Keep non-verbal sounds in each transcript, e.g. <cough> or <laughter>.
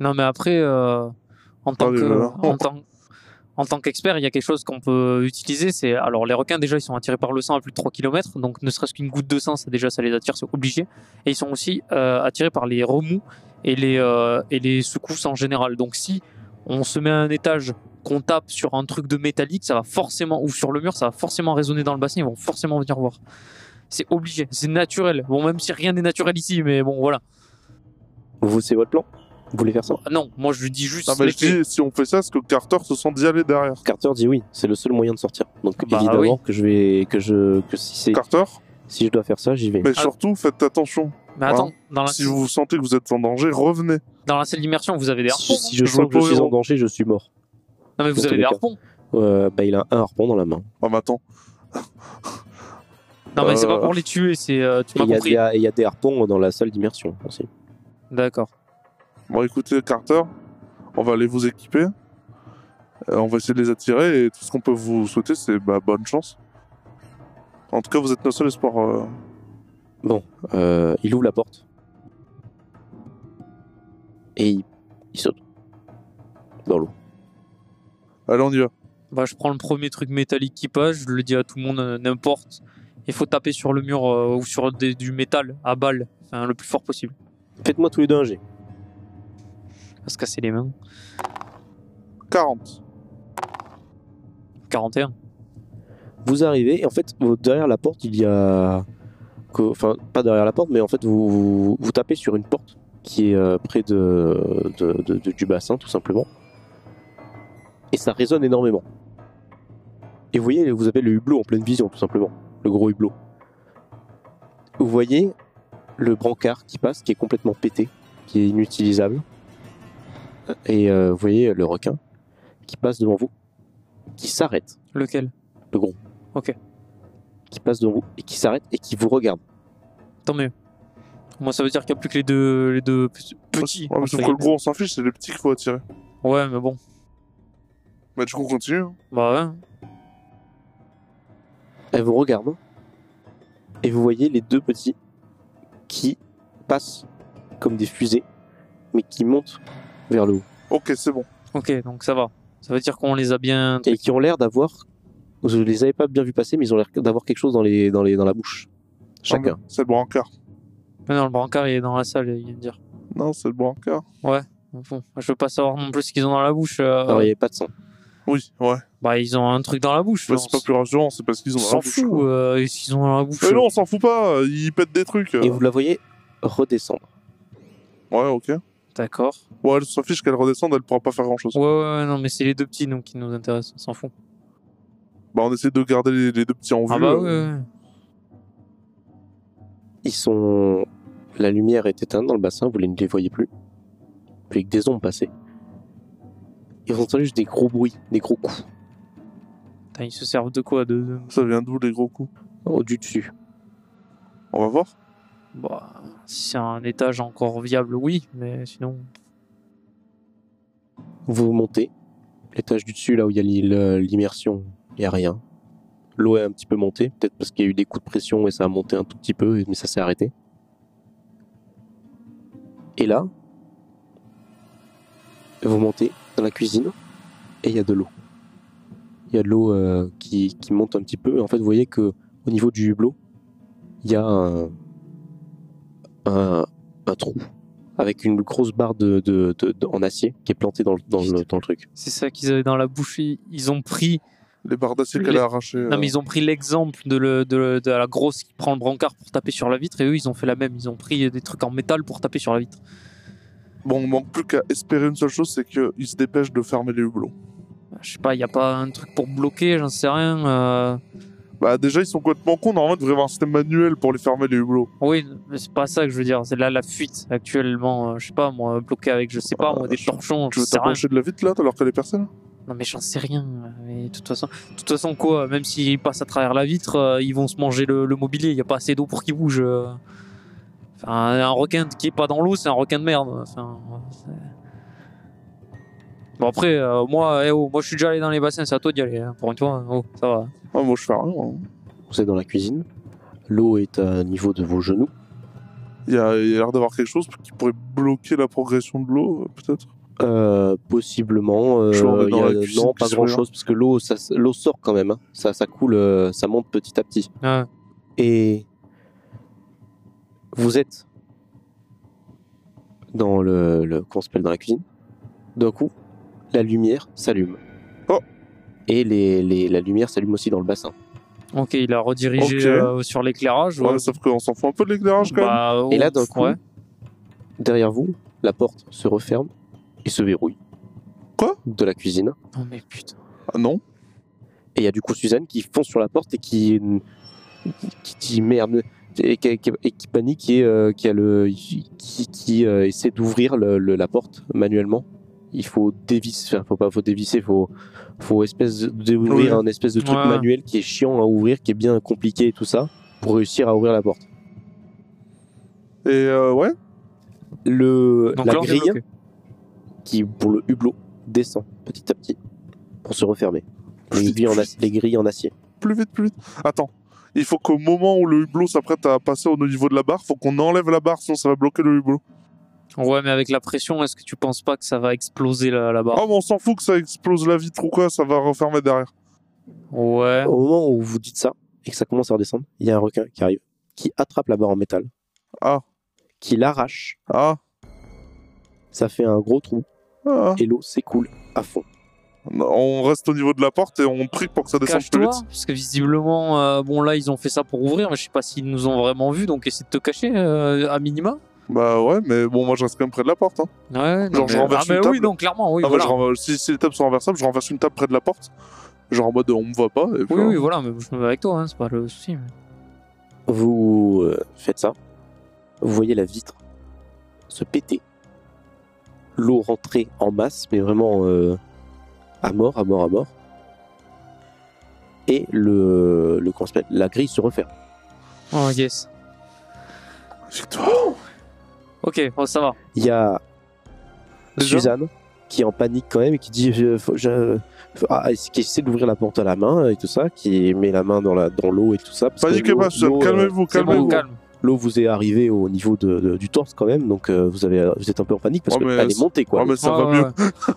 Non, mais après, euh, en, tant Oh que, là là. en, tant, en tant qu'expert, il y a quelque chose qu'on peut utiliser. C'est Alors, les requins, déjà, ils sont attirés par le sang à plus de 3 km. Donc, ne serait-ce qu'une goutte de sang, ça, déjà, ça les attire, c'est obligé. Et ils sont aussi euh, attirés par les remous et les, euh, et les secousses en général. Donc, si on se met à un étage qu'on tape sur un truc de métallique, ça va forcément, ou sur le mur, ça va forcément résonner dans le bassin, ils vont forcément venir voir. C'est obligé, c'est naturel. Bon, même si rien n'est naturel ici, mais bon, voilà. Vous, c'est votre plan Vous voulez faire ça Non, moi je dis juste. Non, mais les je dis, si on fait ça, est-ce que Carter se sent d'y aller derrière Carter dit oui, c'est le seul moyen de sortir. Donc Bah évidemment oui. que je vais que je que si c'est Carter si je dois faire ça, j'y vais. Mais Ah. surtout, faites attention. faits. Mais attends, dans, la, Si vous sentez que vous êtes en danger, revenez. dans la salle d'immersion, vous avez des harpons. Si, si je Je vois sens que pas je suis où- en danger, je suis mort. Non, mais vous Dans avez tous les des cas. harpons. Euh, bah, il a un harpon dans la main. Ah, mais attends. Non, mais c'est Euh. pas pour les tuer, c'est. euh, tu Et m'as Il y, a- il compris. y a- il y a des harpons dans la salle d'immersion aussi. D'accord. Bon, écoutez, Carter, on va aller vous équiper. Euh, on va essayer de les attirer et tout ce qu'on peut vous souhaiter, c'est bah, bonne chance. En tout cas, vous êtes notre seul espoir. euh. Euh, il ouvre la porte. Et il, il saute. Dans l'eau. Allez, on y va. Bah, je prends le premier truc métallique qui passe, je le dis à tout le monde, euh, n'importe. Il faut taper sur le mur euh, ou sur des- du métal à balles, enfin, le plus fort possible. Faites-moi tous les deux un jet. À se casser les mains. 40. 41. Vous arrivez, et en fait, vous- derrière la porte, il y a. que- Enfin, pas derrière la porte, mais en fait, vous, vous, vous tapez sur une porte qui est euh, près de, de- de- de- du bassin, tout simplement. Et ça résonne énormément. Et vous voyez, vous avez le hublot en pleine vision, tout simplement. Le gros hublot. Vous voyez le brancard qui passe, qui est complètement pété, qui est inutilisable. Et euh, vous voyez le requin qui passe devant vous, qui s'arrête Lequel qui passe devant vous et qui s'arrête et qui vous regarde. Tant mieux. Moi, ça veut dire qu'il n'y a plus que les deux, les deux p- petits. Ouais, mais entre sauf que le guillemets. gros, on s'en fiche, c'est les petits qu'il faut attirer. Ouais, mais bon. Bah, du coup, on continue. hein. Bah, ouais. Elle vous regarde et vous voyez les deux petits qui passent comme des fusées, mais qui montent vers le haut Ok, c'est bon. Ok, donc ça va. Ça veut dire qu'on les a bien. et qui ont l'air d'avoir. Vous les avez pas bien vus passer, mais ils ont l'air d'avoir quelque chose dans les dans les dans la bouche. Chacun. Ah, mais C'est le brancard. Mais non, le brancard, il est dans la salle, il vient de dire. Non, c'est le brancard. Bon, je veux pas savoir non plus ce qu'ils ont dans la bouche. euh, Alors il n'y avait pas de sang. Oui, ouais. Bah, ils ont un truc dans la bouche. Bah, on c'est pas s- plus rassurant, c'est parce qu'ils ont on la s'en bouche, fout. quoi. euh, et s'ils ont dans la bouche. Mais non, on s'en fout pas, euh, ils pètent des trucs. euh. Et vous la voyez redescendre. Ouais, ok. euh, D'accord. Ouais, elle s'en fiche qu'elle redescende, elle pourra pas faire grand chose. Ouais, ouais, ouais, non, mais c'est les deux petits nous, qui nous intéressent. On s'en fout. Bah, on essaie de garder les, les deux petits en vue. Ah, bah, ouais, euh. ouais. ouais. Ils sont. La lumière est éteinte dans le bassin, vous les- ne les voyez plus. Puis que des ombres passaient. Et vous entendez juste des gros bruits, des gros coups. Putain, ils se servent de quoi de, de- Ça vient d'où les gros coups au du dessus. On va voir. Bah, si c'est un étage encore viable, oui, mais sinon. Vous montez, l'étage du dessus, là où il y a l'île, euh, l'immersion, il n'y a rien. L'eau est un petit peu montée, peut-être parce qu'il y a eu des coups de pression et ça a monté un tout petit peu, et- mais ça s'est arrêté. Et là, vous montez dans la cuisine et il y a de l'eau. Il y a de l'eau euh, qui, qui monte un petit peu. Et en fait, vous voyez que au niveau du hublot, il y a un, un, un trou avec une grosse barre de, de- de- de- en acier qui est plantée dans le, dans le, dans le truc. C'est ça qu'ils avaient dans la bouche. Ils, ils ont pris. Les barres d'acier Les- qu'elle a arrachées. euh. Non, mais ils ont pris l'exemple de, le- de le- de la grosse qui prend le brancard pour taper sur la vitre, et eux, ils ont fait la même. Ils ont pris des trucs en métal pour taper sur la vitre. Bon, on manque plus qu'à espérer une seule chose, c'est qu'ils se dépêchent de fermer les hublots. Je sais pas, il y a pas un truc pour bloquer, j'en sais rien. euh, Bah, déjà, ils sont complètement cons. Normalement, il devrait y avoir un système manuel pour les fermer, les hublots. Oui, mais c'est pas ça que je veux dire. C'est là la fuite actuellement. euh, je sais pas, moi, bloqué avec, je sais pas, Ah, moi, des je- torchons, Tu je veux sais rien. t'approcher de la vitre là, alors qu'elle est percée là Non, mais j'en sais rien. euh, Mais de toute façon, de toute façon quoi, même s'ils passent à travers la vitre, euh, ils vont se manger le, le mobilier. Il y a pas assez d'eau pour qu'ils bougent. euh. Enfin, un requin qui est pas dans l'eau, c'est un requin de merde. Enfin, euh, c'est- bon après, euh, moi, eh oh, moi, je suis déjà allé dans les bassins. C'est à toi d'y aller. hein, pour une fois, oh, ça va. Ah, moi, je fais rien. hein. Vous êtes dans la cuisine, l'eau est à niveau de vos genoux, Il y a il y a l'air d'avoir quelque chose qui pourrait bloquer la progression de l'eau, euh, peut-être. Euh, possiblement. euh, Je vais en mettre il y dans a- la cuisine non, qui pas se grand chose, parce que l'eau, ça, l'eau sort quand même. hein. Ça, ça coule, euh, ça monte petit à petit. Ouais. Et vous êtes dans le, le comment ça s'appelle dans la cuisine. D'un coup, la lumière s'allume. Oh. Et les, les- la lumière s'allume aussi dans le bassin. Ok, il a redirigé Ok. euh, sur l'éclairage. Ouais, ouais. sauf qu'on s'en fout un peu de l'éclairage quand même. Bah, Et là, ouais, d'un coup, ouais. Derrière vous, la porte se referme et se verrouille. Quoi De la cuisine. Non mais putain. Ah non. Et il y a du coup Suzanne qui fonce sur la porte et qui, qui dit merde et qui, qui- et qui panique et euh, qui, a le, qui, qui, euh, essaie d'ouvrir le- le- la porte manuellement. Il faut dévisser, enfin, faut pas, faut dévisser, faut, faut espèce de- d'ouvrir Ouais. un espèce de truc Ouais. manuel qui est chiant à ouvrir, qui est bien compliqué et tout ça pour réussir à ouvrir la porte. Et euh, ouais. Le, Donc la là, on est grille bloqué. qui pour le hublot descend petit à petit pour se refermer. Les Plus grilles vite, en plus, acier- les grilles en acier. plus vite, plus vite. Attends. Il faut qu'au moment où le hublot s'apprête à passer au niveau de la barre, faut qu'on enlève la barre, sinon ça va bloquer le hublot. Ouais, mais avec la pression, est-ce que tu penses pas que ça va exploser là- là-bas Oh, mais on s'en fout que ça explose la vitre ou quoi, ça va refermer derrière. Ouais. Oh, Au moment où vous dites ça et que ça commence à redescendre, il y a un requin qui arrive, qui attrape la barre en métal, Ah, qui l'arrache. ah, Ça fait un gros trou ah. et l'eau s'écoule à fond. On reste au niveau de la porte et on prie pour que ça descende plus Cache-toi, vite. parce que visiblement, euh, bon là, ils ont fait ça pour ouvrir, mais je sais pas s'ils nous ont vraiment vu, donc essaie de te cacher euh, à minima. Bah ouais, mais bon, moi je reste quand même près de la porte. Hein. Ouais, non, Genre, je mais- renverse ah, mais une oui, table. donc clairement, oui, Ah, bah, voilà. je renverse- si, si les tables sont renversables, je renverse une table près de la porte. Genre en mode on me voit pas. Et puis, Oui, voilà. oui, voilà, mais je me mets avec toi, hein, c'est pas le souci. mais- Vous euh, faites ça, vous voyez la vitre se péter, l'eau rentrer en masse, mais vraiment euh, à mort, à mort, à mort. Et le, le comment ça s'appelle la grille se referme. Oh yes. oh, Victoire. Ok, oh, ça va. Il y a Déjà Suzanne qui est en panique quand même et qui dit je, faut- je- faut- ah, est-ce- qui essaie d'ouvrir la porte à la main et tout ça, qui met la main dans la dans l'eau et tout ça. parce que Paniquez l'eau- pas, Suzanne, l'eau, euh, calmez-vous, C'est calmez-vous. bon, calme. L'eau vous est arrivée au niveau de, de- du torse quand même, donc euh, vous avez vous êtes un peu en panique parce Ouais, que Oh, mais qu'elle est c'est- montée quoi. Ouais, Ah, mais ça Ouais, va ouais, mieux.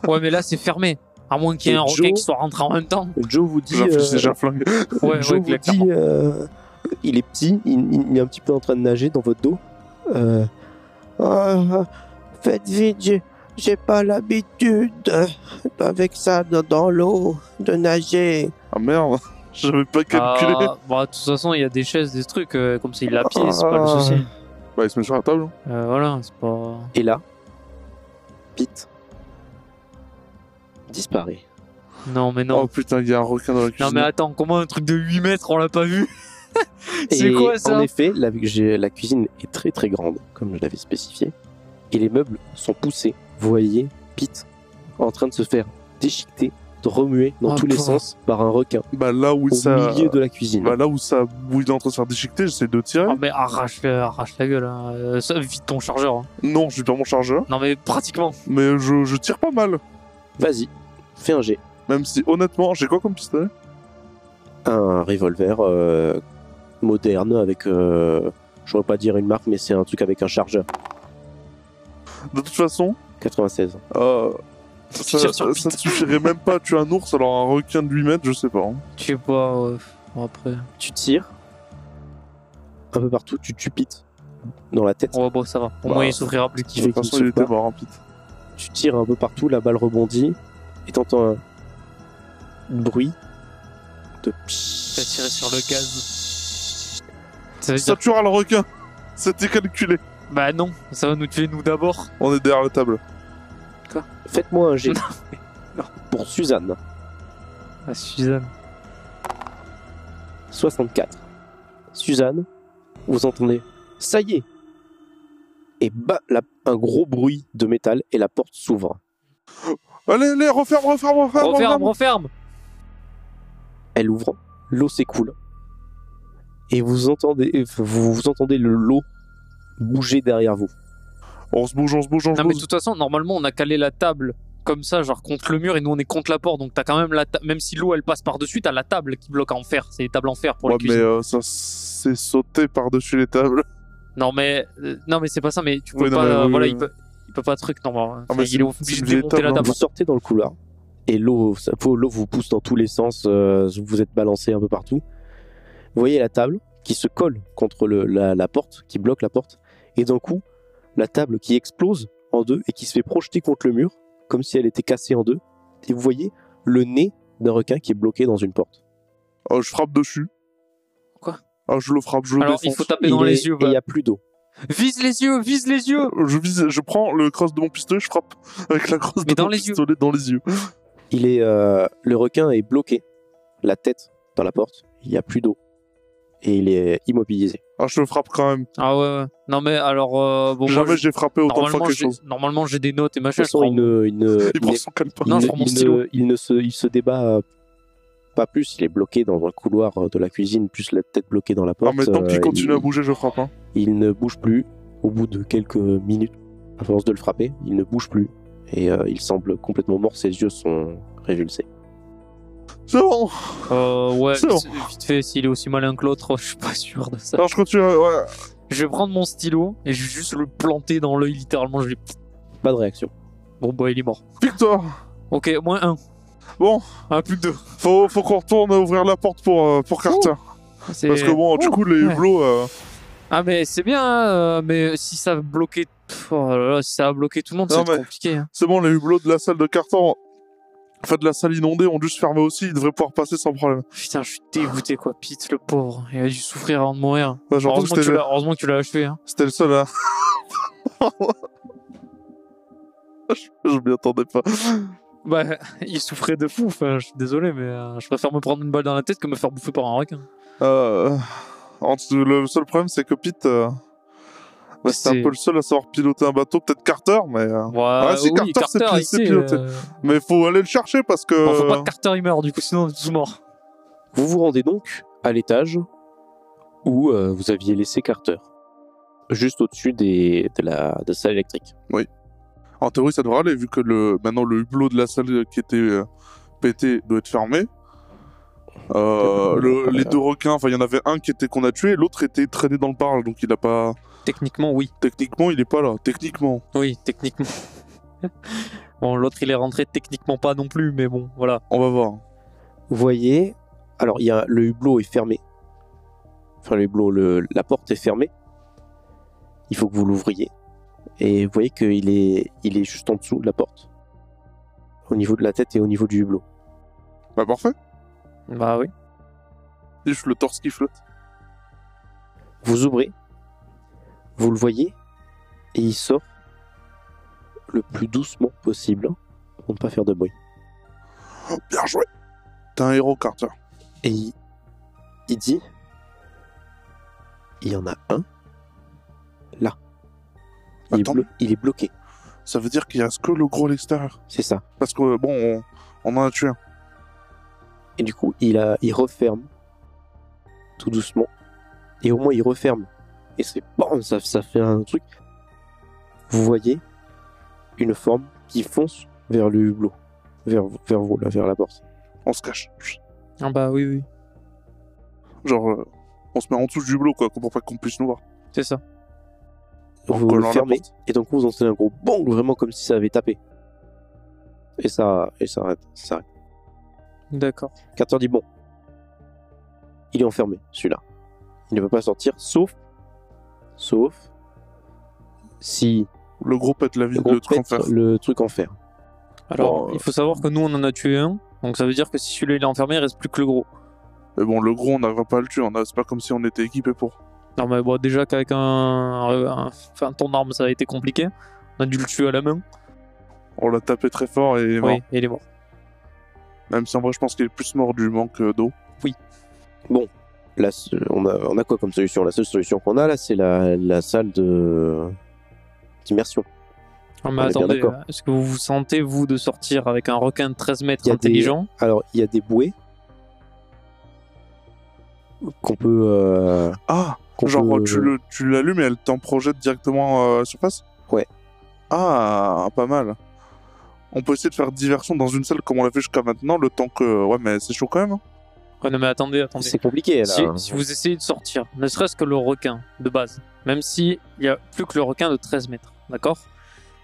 ouais. Ouais, mais là, c'est fermé. À moins qu'il y ait Et un Joe- requin qui soit rentré en même <laughs> temps. Joe vous dit, J'inflige euh, déjà un flingue. Ouais, ouais, Joe vous clairement. dit euh, il est petit, il, il est un petit peu en train de nager dans votre dos. Euh, Ah, faites vite, j'ai- j'ai pas l'habitude euh, avec ça dans- dans l'eau de nager. Ah merde, <laughs> j'avais pas calculé. Ah, bah, de toute façon, il y a des chaises, des trucs, euh, comme ça, il l'a pied, c'est <laughs> pas le Ah. souci. Bah il se met sur la table. hein. Euh, voilà, c'est pas. Et là, Pete disparaît. Non, mais non. Oh putain, il y a un requin dans la cuisine. non, mais attends, comment un truc de 8 mètres, on l'a pas vu <laughs> C'est Et quoi ça En effet, la, j'ai- la cuisine est très très grande, comme je l'avais spécifié, et les meubles sont poussés. Vous voyez Pete en train de se faire déchiqueter, de remuer dans Oh, tous les pauvre. sens par un requin Bah là où au ça. milieu de la cuisine. Bah là où ça. Où il est en train de se faire déchiqueter, j'essaie de tirer. Ah, mais arrache, arrache la gueule. hein. Euh, ça, vite ton chargeur. hein. Non, je perds mon chargeur. Non, mais pratiquement. Mais je, je tire pas mal. Vas-y, fais un jet. Même si honnêtement, j'ai quoi comme pistolet Un revolver euh, moderne avec, euh, je ne vais pas dire une marque, mais c'est un truc avec un chargeur. De toute façon, 96. euh, Tu ça, tires sur ça, ne suffirait même pas à tuer un ours, alors un requin de 8 mètres, je sais pas. hein. Je sais pas. euh, bon, après. tu tires un peu partout, tu tues Pete dans la tête, Ouais, Oh, bon, ça va. Au Bah, moins, il souffrira plus. qui De fait toute qu'il façon, ne il saute pas. était mort, hein, Pete. Tu tires un peu partout, la balle rebondit et t'entends un bruit de T'as tiré sur le gaz. Ça veut Ça dire... tuera le requin C'était calculé. Bah non, ça va nous tuer nous d'abord. On est derrière la table. Faites-moi un jet <laughs> Non, mais non. pour Suzanne, Ah, Suzanne. 64. Suzanne, vous entendez Ça y est Et bah, la- un gros bruit de métal et la porte s'ouvre. Allez, allez, referme, referme, referme, Referme, referme Elle ouvre, l'eau s'écoule. Et vous entendez, vous, vous entendez le l'eau bouger derrière vous. On se bouge, on se bouge, on se Non, mais de bouge. toute façon, normalement, on a calé la table comme ça, genre contre le mur, et nous, on est contre la porte. Donc, t'as quand même la ta- Même si l'eau, elle passe par-dessus, t'as la table qui bloque en fer. C'est les tables en fer pour Ouais, les mais cuisines. euh, ça s'est sauté par-dessus les tables. Non, mais, euh, non, mais c'est pas ça, mais tu peux Oui, non, pas. mais euh, oui, voilà, oui. il, peut, il peut pas truc, normalement. Ah, Enfin, mais c'est il est une- obligé c'est de une démonter la véritable table. Vous sortez dans le couloir et l'eau, ça- faut- l'eau vous pousse dans tous les sens. euh, vous êtes balancé un peu partout. Vous voyez la table qui se colle contre le- la, la porte, qui bloque la porte, et d'un coup, la table qui explose en deux et qui se fait projeter contre le mur, comme si elle était cassée en deux. Et vous voyez le nez d'un requin qui est bloqué dans une porte. Oh, je frappe dessus. Quoi Ah, je le frappe, je le Alors, il défonce. faut taper dans Il est- les yeux. et il bah. n'y a plus d'eau. Vise les yeux, vise les yeux Je vise, je prends le crosse de mon pistolet, je frappe avec la crosse Mais de dans mon les yeux. pistolet dans les yeux. Il est, euh, le requin est bloqué, la tête dans la porte. Il n'y a plus d'eau et il est immobilisé. Ah, je le frappe quand même. Ah ouais, ouais. Non, mais alors. euh, bon, moi, Jamais je- j'ai frappé autant de fois normalement, quelque j'ai- chose. normalement, j'ai des notes et De toute machin. je façon, prends- il ne, <laughs> il ne- Il il prend ne- son calepin. Non, il je ne- prends mon il stylo. ne- il ne se, il se débat euh, pas plus. Il est bloqué dans un couloir euh, de la cuisine, plus la tête bloquée dans la Ah, porte. mais tant euh, qu'il continue il- à bouger, je frappe. hein. Il ne bouge plus. Au bout de quelques minutes, à force de le frapper, il ne bouge plus et euh, il semble complètement mort. Ses yeux sont révulsés. C'est bon. Euh, ouais, <laughs> C'est bon. vite- vite fait, s'il est aussi malin que l'autre, <laughs> je suis pas sûr de ça. Alors, je continue. à- Ouais. Je vais prendre mon stylo et je vais juste le planter dans l'œil, littéralement. Je vais- Pas de réaction. Bon, bah, il est mort. Victoire. Ok, moins un. Bon. Ah, plus que deux. Faut, faut qu'on retourne ouvrir la porte pour, euh, pour Carter. C'est- Parce que bon, du Ouh. coup, les ouais. hublots. euh, Ah, mais c'est bien, hein, euh, mais si ça a bloqué. Pff, oh là là, si ça a bloqué tout le monde, Non, c'est mais- compliqué. hein. C'est bon, les hublots de la salle de Carter. ont- Enfin, de la salle inondée ont dû se fermer aussi. Ils devraient pouvoir passer sans problème. Putain, je suis dégoûté, quoi. Pete, le pauvre. Il a dû souffrir avant de mourir. Bah, j'entends que Heureusement que, c'était tu le- l'as- heureusement que tu l'as achevé. Hein. c'était le seul à. je <laughs> je m'y attendais pas. Bah, <laughs> il souffrait de fou. Enfin, je suis désolé, mais euh, je préfère me prendre une balle dans la tête que me faire bouffer par un requin. Euh, en dessous- le seul problème, c'est que Pete, euh, bah, c'est C'est- un peu le seul à savoir piloter un bateau, peut-être Carter, mais euh, Ouais, ah, si, Carter, c'est pil- c'est Euh. piloté. mais faut aller le chercher parce que euh, faut pas que Carter il meure, du coup, sinon, tous morts. Vous vous rendez donc à l'étage où euh, vous aviez laissé Carter, juste au-dessus des, de la de la salle électrique. en théorie ça devrait aller vu que le maintenant le hublot de la salle qui était euh, pété doit être fermé. Euh, le- les deux requins, enfin il y en avait un qui était qu'on a tué, l'autre était traîné dans le parle, donc il a pas. Techniquement, oui. Techniquement, il est pas là. Techniquement. Oui, techniquement. <laughs> bon, l'autre, il est rentré techniquement pas non plus, mais bon, voilà. On va voir. Vous voyez, alors il y a le hublot est fermé. Enfin le hublot, le- la porte est fermée. Il faut que vous l'ouvriez. Et vous voyez qu'il est, il est juste en dessous de la porte. Au niveau de la tête et au niveau du hublot. Bah parfait. Bah oui. Juste le torse qui flotte. Vous ouvrez, vous le voyez, et il sort le plus doucement possible hein, pour ne pas faire de bruit. Bien joué. T'es un héros Carter. Et il, il dit Il y en a un là. Il, est, Attends. blo- il est bloqué, Ça veut dire qu'il reste que le gros à l'extérieur. c'est ça. Parce que bon, on, on en a tué un. Et du coup, il, a, il referme tout doucement. Et au moins, il referme. Et c'est bon, ça, ça fait un truc. Vous voyez une forme qui fonce vers le hublot, vers, vers vous, là, vers la porte. On se cache. Ah bah oui, oui. Genre, euh, on se met en dessous du hublot, quoi, pour pas qu'on puisse nous voir. C'est ça. En Vous collant le la fermez, porte. et donc vous entendez un gros bang, vraiment comme si ça avait tapé. Et ça, et ça arrête, ça arrête. D'accord. Carter dit bon, il est enfermé, celui-là. Il ne peut pas sortir, sauf, sauf si Le gros pète la vie, on le truc en pète fer. le truc en fer. Alors, Bon, euh, il faut savoir que nous, on en a tué un. Donc ça veut dire que si celui-là il est enfermé, il reste plus que le gros. Mais bon, le gros, on n'arrivera pas à le tuer. On a... C'est pas comme si on était équipé pour. Non mais bon, déjà qu'avec un, un- Enfin, ton arme, ça a été compliqué. On a dû le tuer à la main. On l'a tapé très fort et il est mort. Oui, et il est mort. Même si en vrai, je pense qu'il est plus mort du manque euh, d'eau. Là, ce- on a, on a quoi comme solution La seule solution qu'on a là, c'est la, la salle de d'immersion. Non mais On est bien attendez, d'accord. euh, est-ce que vous vous sentez, vous, de sortir avec un requin de 13 mètres Il y a des- intelligent Alors, il y a des bouées qu'on peut. euh, Ah qu'on Genre, peut- tu, le... tu l'allumes et elle t'en projette directement euh, à la surface Ouais. Ah, pas mal. On peut essayer de faire diversion dans une salle comme on l'a fait jusqu'à maintenant, le temps que. Ouais, mais c'est chaud quand même. hein. Ouais, non, mais attendez, attendez. C'est compliqué là. Si, si vous essayez de sortir, ne serait-ce que le requin de base, même si il y a plus que le requin de 13 mètres, d'accord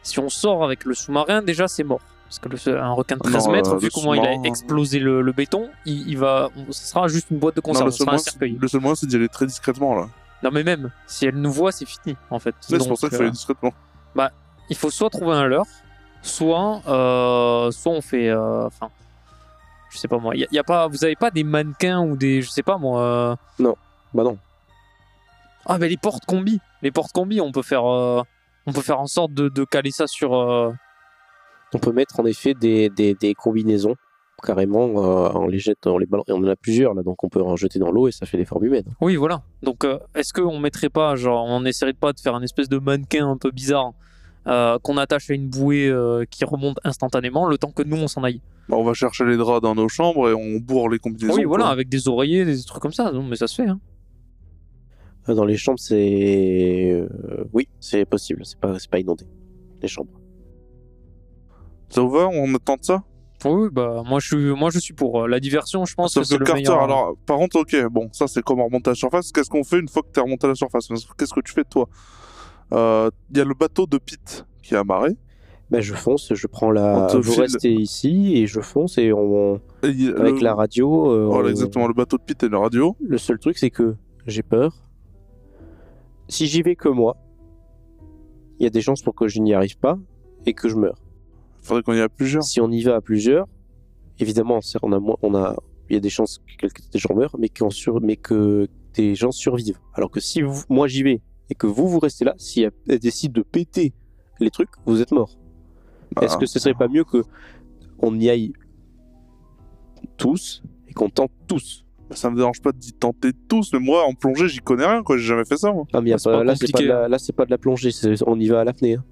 Si on sort avec le sous-marin, déjà c'est mort. Parce que le- un requin de 13 Non, mètres, euh, vu le comment il a sous-marin- explosé le, le béton, il, il va, on- ce sera juste une boîte de Non, conserve, le, ce seul sera un moyen, cercueil. le seul moyen, c'est d'y aller très discrètement là. Non mais même, si elle nous voit, c'est fini en fait. Ouais, C'est Donc, pour ça qu'il euh, faut aller discrètement. il faut soit trouver un leurre, soit, euh, soit on fait, euh, enfin, je sais pas moi. Il y a, il y a pas, vous avez pas des mannequins ou des, je sais pas moi. euh, Bah non. Ah mais les portes combi, les portes combi, on peut faire, euh, on peut faire en sorte de, de caler ça sur. euh, On peut mettre en effet des, des, des combinaisons carrément. euh, on les jette, on les balance. Et on en a plusieurs là, donc on peut en jeter dans l'eau et ça fait des formes humaines. Oui voilà. Donc euh, est-ce qu'on mettrait pas, genre, on n'essaierait pas de faire un espèce de mannequin un peu bizarre euh, qu'on attache à une bouée euh, qui remonte instantanément le temps que nous on s'en aille. Bah, on va chercher les draps dans nos chambres et on bourre les combinaisons. oui voilà, quoi. avec des oreillers, des trucs comme ça. Non mais ça se fait. Hein. Euh, Dans les chambres, c'est euh, oui, c'est possible. C'est pas c'est pas inondé. Les chambres. Ça vous va On attend ça Oui, oui, bah moi je suis, moi je suis pour euh, la diversion. Je pense que Sauf que c'est le Carter, meilleur. alors, par contre, ok, bon, ça c'est comme remonter à la surface. Qu'est-ce qu'on fait une fois que t'es remonté à la surface Qu'est-ce que tu fais toi Euh, Il y a le bateau de Pete qui est amarré. Bah je fonce, je prends la. On te Vous file- restez ici et je fonce et on Et il- avec le- la radio. euh, Euh, Voilà, on- Oh, exactement, le bateau de Pete et la radio. Le seul truc, c'est que j'ai peur. Si j'y vais que moi, il y a des chances pour que je n'y arrive pas et que je meure. Faudrait qu'on y aille à plusieurs. Si on y va à plusieurs, évidemment, c'est- on a moins, on a, il y a des chances que quelques- des gens meurent, mais, qu'on sur- mais que des gens survivent. Alors que si vous- moi j'y vais et que vous vous restez là, si elle, elle décide de péter les trucs, vous êtes mort. Est-ce Bah, que ce serait pas mieux que on y aille tous et qu'on tente tous Ça me dérange pas d'y tenter tous, mais moi en plongée j'y connais rien, quoi. J'ai jamais fait ça. moi. Ah, mais y a C'est pas- pas là, c'est pas, de compliqué, la- là, c'est pas de la plongée, c'est- on y va à l'apnée. hein.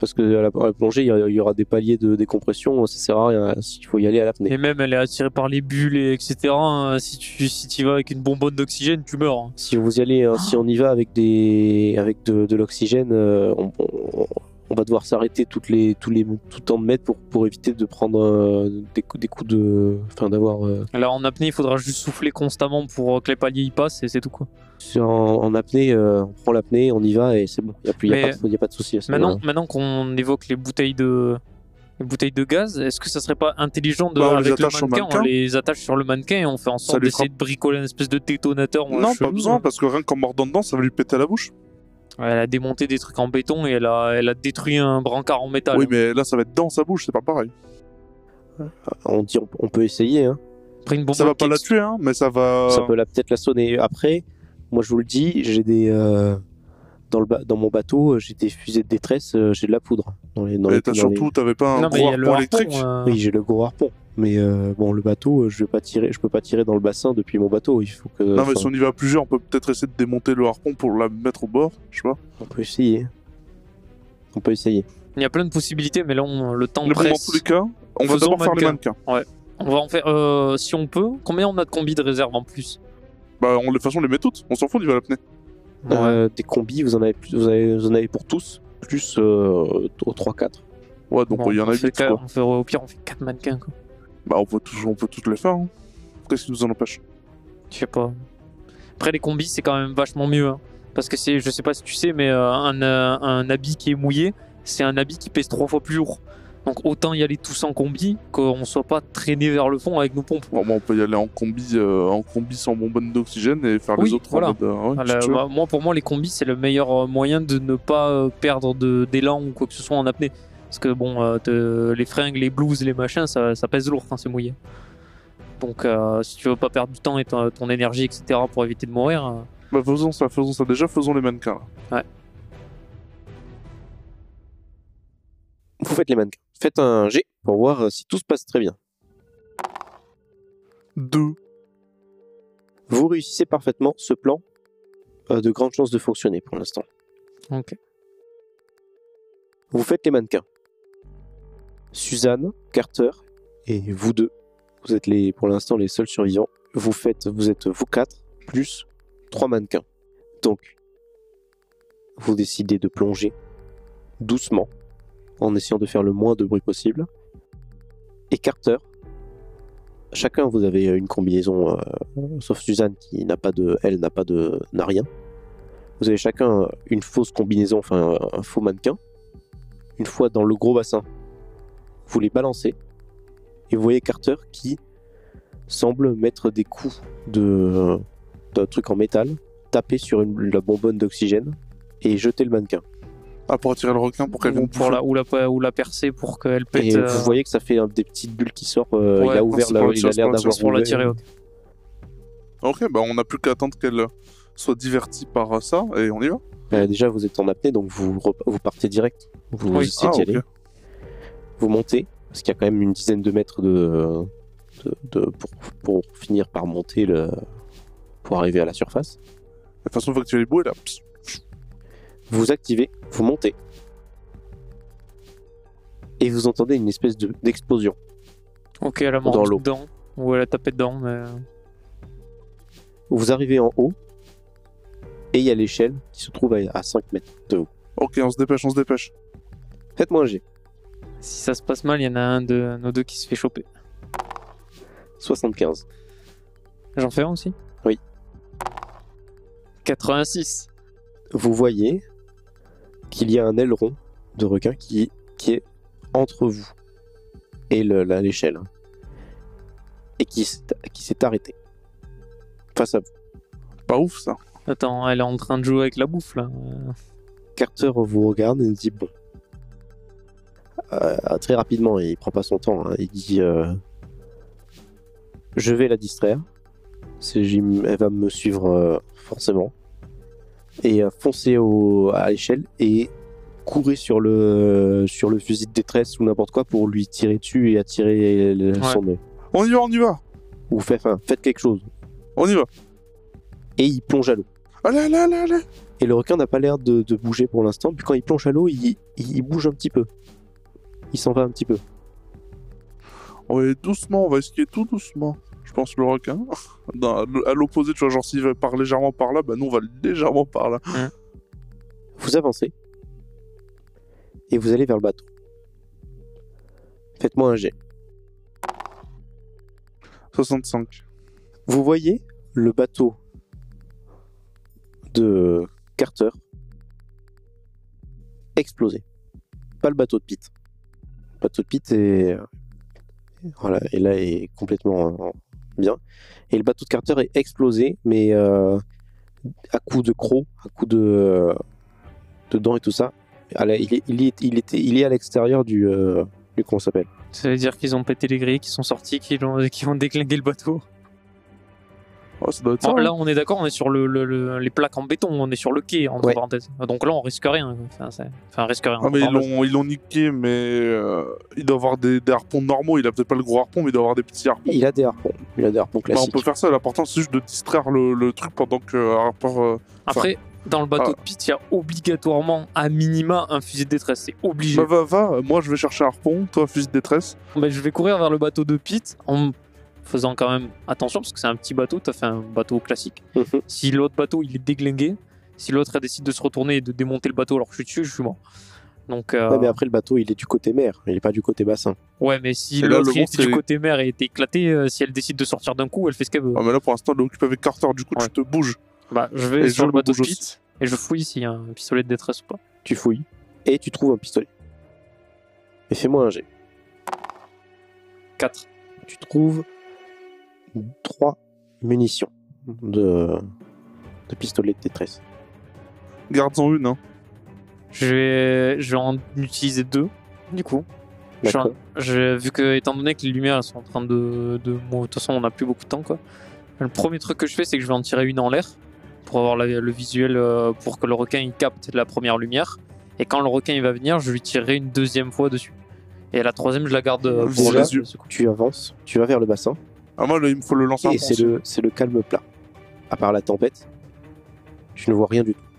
Parce que à la, à la plongée, il y a- il y, aura des paliers de décompression, ça sert à rien. Il faut y aller à l'apnée. Et même, elle est attirée par les bulles, et etc. hein, Si tu si t'y vas avec une bonbonne d'oxygène, tu meurs. hein. Si vous y allez, hein, si on y va avec des, avec de, de l'oxygène, euh, on, on- on va devoir s'arrêter toutes les, tous les, tout temps de mètres pour, pour éviter de prendre euh, des coups, des coups de, enfin d'avoir. euh, Là, en apnée, il faudra juste souffler constamment pour euh, que les paliers y passent, et c'est tout quoi. c'est en, en apnée, euh, on prend l'apnée, on y va et c'est bon. Il n'y a, Mais- pas de- y a pas de souci. à ce Maintenant, niveau-là. maintenant qu'on évoque les bouteilles de les bouteilles de gaz, est-ce que ça serait pas intelligent de Bah, on les avec le attache au mannequin, mannequin. on les attache sur le mannequin et on fait en Ça sorte lui d'essayer de bricoler un espèce de détonateur. ou un non, pas chelou, besoin, hein. parce que rien qu'en mordant dedans, ça va lui péter à la bouche. Elle a démonté des trucs en béton et elle a elle a détruit un brancard en métal. Oui, mais là ça va être dans sa bouche, c'est pas pareil. on dit, on, on peut essayer. Hein. Après une bombe ça va pas à la kicks. tuer, hein, mais ça va. ça peut la- peut-être la sonner. Après, moi je vous le dis, j'ai des euh, dans le ba- dans mon bateau, euh, j'ai des fusées de détresse, euh, j'ai de la poudre. Dans les, dans Et les- t'as dans surtout, t'avais pas un Non, mais il gros y a le harpon électrique. harpon, euh, les- Oui, j'ai le gros harpon, mais euh, bon, le bateau, euh, je vais pas tirer, je peux pas tirer dans le bassin depuis mon bateau. Il faut que Non, mais enfin, si on y va à plusieurs, on peut peut-être essayer de démonter le harpon pour la mettre au bord, je sais pas. on peut essayer. On peut essayer. Il y a plein de possibilités, mais là, on- le temps Mais bon, dans presse. tous les cas, on va Faisons d'abord faire les mannequin. mannequins. On va en faire, euh, si on peut, combien on a de combis de réserve en plus Bah, on, de toute façon, on les met toutes, on s'en fout, on y va à l'apnée. Euh, des combis, vous en avez plus, vous, avez- vous en avez pour tous plus euh, au 3 4. Ouais, donc Bon, bah, il y en on a fait 8, quatre- quoi. on fait- au pire, on fait 4 mannequins. Quoi. Bah, on peut, tous, on peut toutes les faire. hein. Qu'est-ce qui nous en empêche Je sais pas. Après, les combis, c'est quand même vachement mieux. hein. Parce que c'est, je sais pas si tu sais, mais euh, un, euh, un habit qui est mouillé, c'est un habit qui pèse trois fois plus lourd. Donc autant y aller tous en combi, qu'on soit pas traîné vers le fond avec nos pompes. Bon, bah, on peut y aller en combi, euh, en combi sans bonbonne d'oxygène et faire Oui, les autres. en voilà. Ah, mode, euh, ouais, Voilà, si tu veux. moi, moi, pour moi, les combis, c'est le meilleur euh, moyen de ne pas euh, perdre de, d'élan ou quoi que ce soit en apnée. Parce que bon, euh, te- les fringues, les blouses, les machins, ça, ça pèse lourd quand c'est mouillé. Donc euh, si tu veux pas perdre du temps et ton, ton énergie, etc., pour éviter de mourir, euh, Bah, faisons ça, faisons ça. Déjà, faisons les mannequins. là. Vous faites les mannequins. Faites un G pour voir euh, si tout se passe très bien. Deux. Vous réussissez parfaitement ce plan. euh, de grandes chances de fonctionner pour l'instant. ok. Vous faites les mannequins. Suzanne, Carter et vous deux, vous êtes les, pour l'instant les seuls survivants. Vous faites, vous êtes vous quatre plus trois mannequins. Donc, vous décidez de plonger doucement en essayant de faire le moins de bruit possible. Et Carter, chacun vous avez une combinaison, euh, sauf Suzanne qui n'a pas de, elle n'a pas de, n'a rien. Vous avez chacun une fausse combinaison, enfin un faux mannequin. Une fois dans le gros bassin, vous les balancez et vous voyez Carter qui semble mettre des coups de d'un truc en métal, taper sur une, la bonbonne d'oxygène et jeter le mannequin. Ah, pour attirer le requin, pour qu'elle ou, vienne pour bouffer. la, ou, la, ou la percer pour qu'elle pète. Et euh, vous voyez que ça fait euh, des petites bulles qui sortent. euh, Ouais, il a non, ouvert, c'est la, pour la il a sauce, pour l'air la d'avoir sauce, pour la ouvert. tirer. ok. Ok, bah on n'a plus qu'à attendre qu'elle euh, soit divertie par euh, ça et on y va. Euh, déjà, vous êtes en apnée, donc vous, rep- vous partez direct. Vous Oui. essayez Ah, ok. d'y aller. Vous montez, parce qu'il y a quand même une dizaine de mètres de, de- de- pour, pour finir par monter le, pour arriver à la surface. De toute façon, une fois que tu les bouées, là, pss, Vous activez, vous montez. Et vous entendez une espèce de- d'explosion. Ok, elle a Dans mordu l'eau. dedans. Ou elle a tapé dedans. Mais... euh, vous arrivez en haut, et il y a l'échelle qui se trouve à, à 5 mètres de haut. ok, on se dépêche, on se dépêche. Faites-moi un G. Si ça se passe mal, il y en a un de nos deux qui se fait choper. 75. J'en fais un aussi Oui. 86. vous voyez qu'il y a un aileron de requin qui, qui est entre vous et le- la- l'échelle. hein. Et qui, s'est- qui s'est arrêté. Face à vous. Pas ouf ça. Attends, elle est en train de jouer avec la bouffe là. Carter vous regarde et vous dit bon. Euh, très rapidement, il prend pas son temps. hein, il dit euh, Je vais la distraire. C'est- j'im- Elle va me suivre euh, forcément. Et euh, foncez au- à l'échelle et courez sur le, sur le fusil de détresse ou n'importe quoi pour lui tirer dessus et attirer le- Ouais. son œil. On y va, on y va, Ou fait- enfin, faites quelque chose. on y va. Et il plonge à l'eau. Allez, allez, allez, allez. Et le requin n'a pas l'air de, de bouger pour l'instant. Puis quand il plonge à l'eau, il, il- il bouge un petit peu. Il s'en va un petit peu. On va aller doucement, on va esquier tout doucement. Je pense le requin. <laughs> Dans- à l'opposé, tu vois, genre s'il va par légèrement par là, bah nous on va légèrement par là. Vous avancez. Et vous allez vers le bateau. Faites-moi un jet. 65. Vous voyez le bateau de Carter exploser. Pas le bateau de Pete. Le bateau de Pete est, euh, voilà, et là est complètement euh, bien. Et le bateau de Carter est explosé, mais euh, à coups de crocs, à coups de, euh, de dents et tout ça. À la- il, est, il, est, il, était, il est à l'extérieur du, euh, du comment ça s'appelle Ça veut dire qu'ils ont pété les grilles, qu'ils sont sortis, qu'ils ont, <laughs> qu'ils ont déglingué le bateau. Oh, ça doit Ah être ça. Bon, hein. là, on est d'accord, on est sur le, le- le- les plaques en béton, on est sur le quai, entre Ouais. parenthèses. Donc là, on risque rien. Enfin, c'est- enfin, on risque rien. Ah, mais ils Enfin, l'ont, ils l'ont niqué, mais euh, il doit avoir des, des harpons normaux. Il a peut-être pas le gros harpon, mais il doit avoir des petits harpons. Il a des harpons. Il a des harpons Bah, on classiques. peut faire ça. L'important, c'est juste de distraire le, le truc pendant que euh, rapport, euh, Après, dans le bateau de Pete, il y a obligatoirement, à minima, un fusil de détresse. C'est obligé. Bah, va, va, moi je vais chercher un harpon, toi fusil de détresse. Mais je vais courir vers le bateau de Pete en faisant quand même attention, parce que c'est un petit bateau, t'as fait un bateau classique. Mhm. Si l'autre bateau, il est déglingué, si l'autre elle décide de se retourner et de démonter le bateau alors que je suis dessus, je suis mort. Donc, euh, Ouais, mais après, le bateau, il est du côté mer, il est pas du côté bassin. ouais, mais si Et là, l'autre le il gros, est du c'est- côté mer et est éclaté, euh, si elle décide de sortir d'un coup, elle fait ce qu'elle veut. Ah, mais là pour l'instant, elle est occupée avec Carter, du coup Ouais. tu te bouges. Bah, je Et vais je sur me le bateau de bouge Pete et je fouille s'il y a un pistolet de détresse ou pas. Tu fouilles et tu trouves un pistolet. Et fais-moi un jet. 4. Tu trouves trois munitions de, de pistolet de détresse. Garde-en une, hein. Je vais, je vais en utiliser deux, du coup. Je suis en- D'accord. je- vu que, étant donné que les lumières elles sont en train de. de bon, de toute façon, on n'a plus beaucoup de temps, quoi. Le premier truc que je fais, c'est que je vais en tirer une en l'air pour avoir la- le visuel, euh, pour que le requin il capte la première lumière. Et quand le requin il va venir, je lui tirerai une deuxième fois dessus. Et la troisième, je la garde euh, pour Déjà la- le second. Tu avances, tu vas vers le bassin Ah, moi là, il me faut le lancer et c'est le, c'est le calme plat. À part la tempête, tu ne vois rien du tout.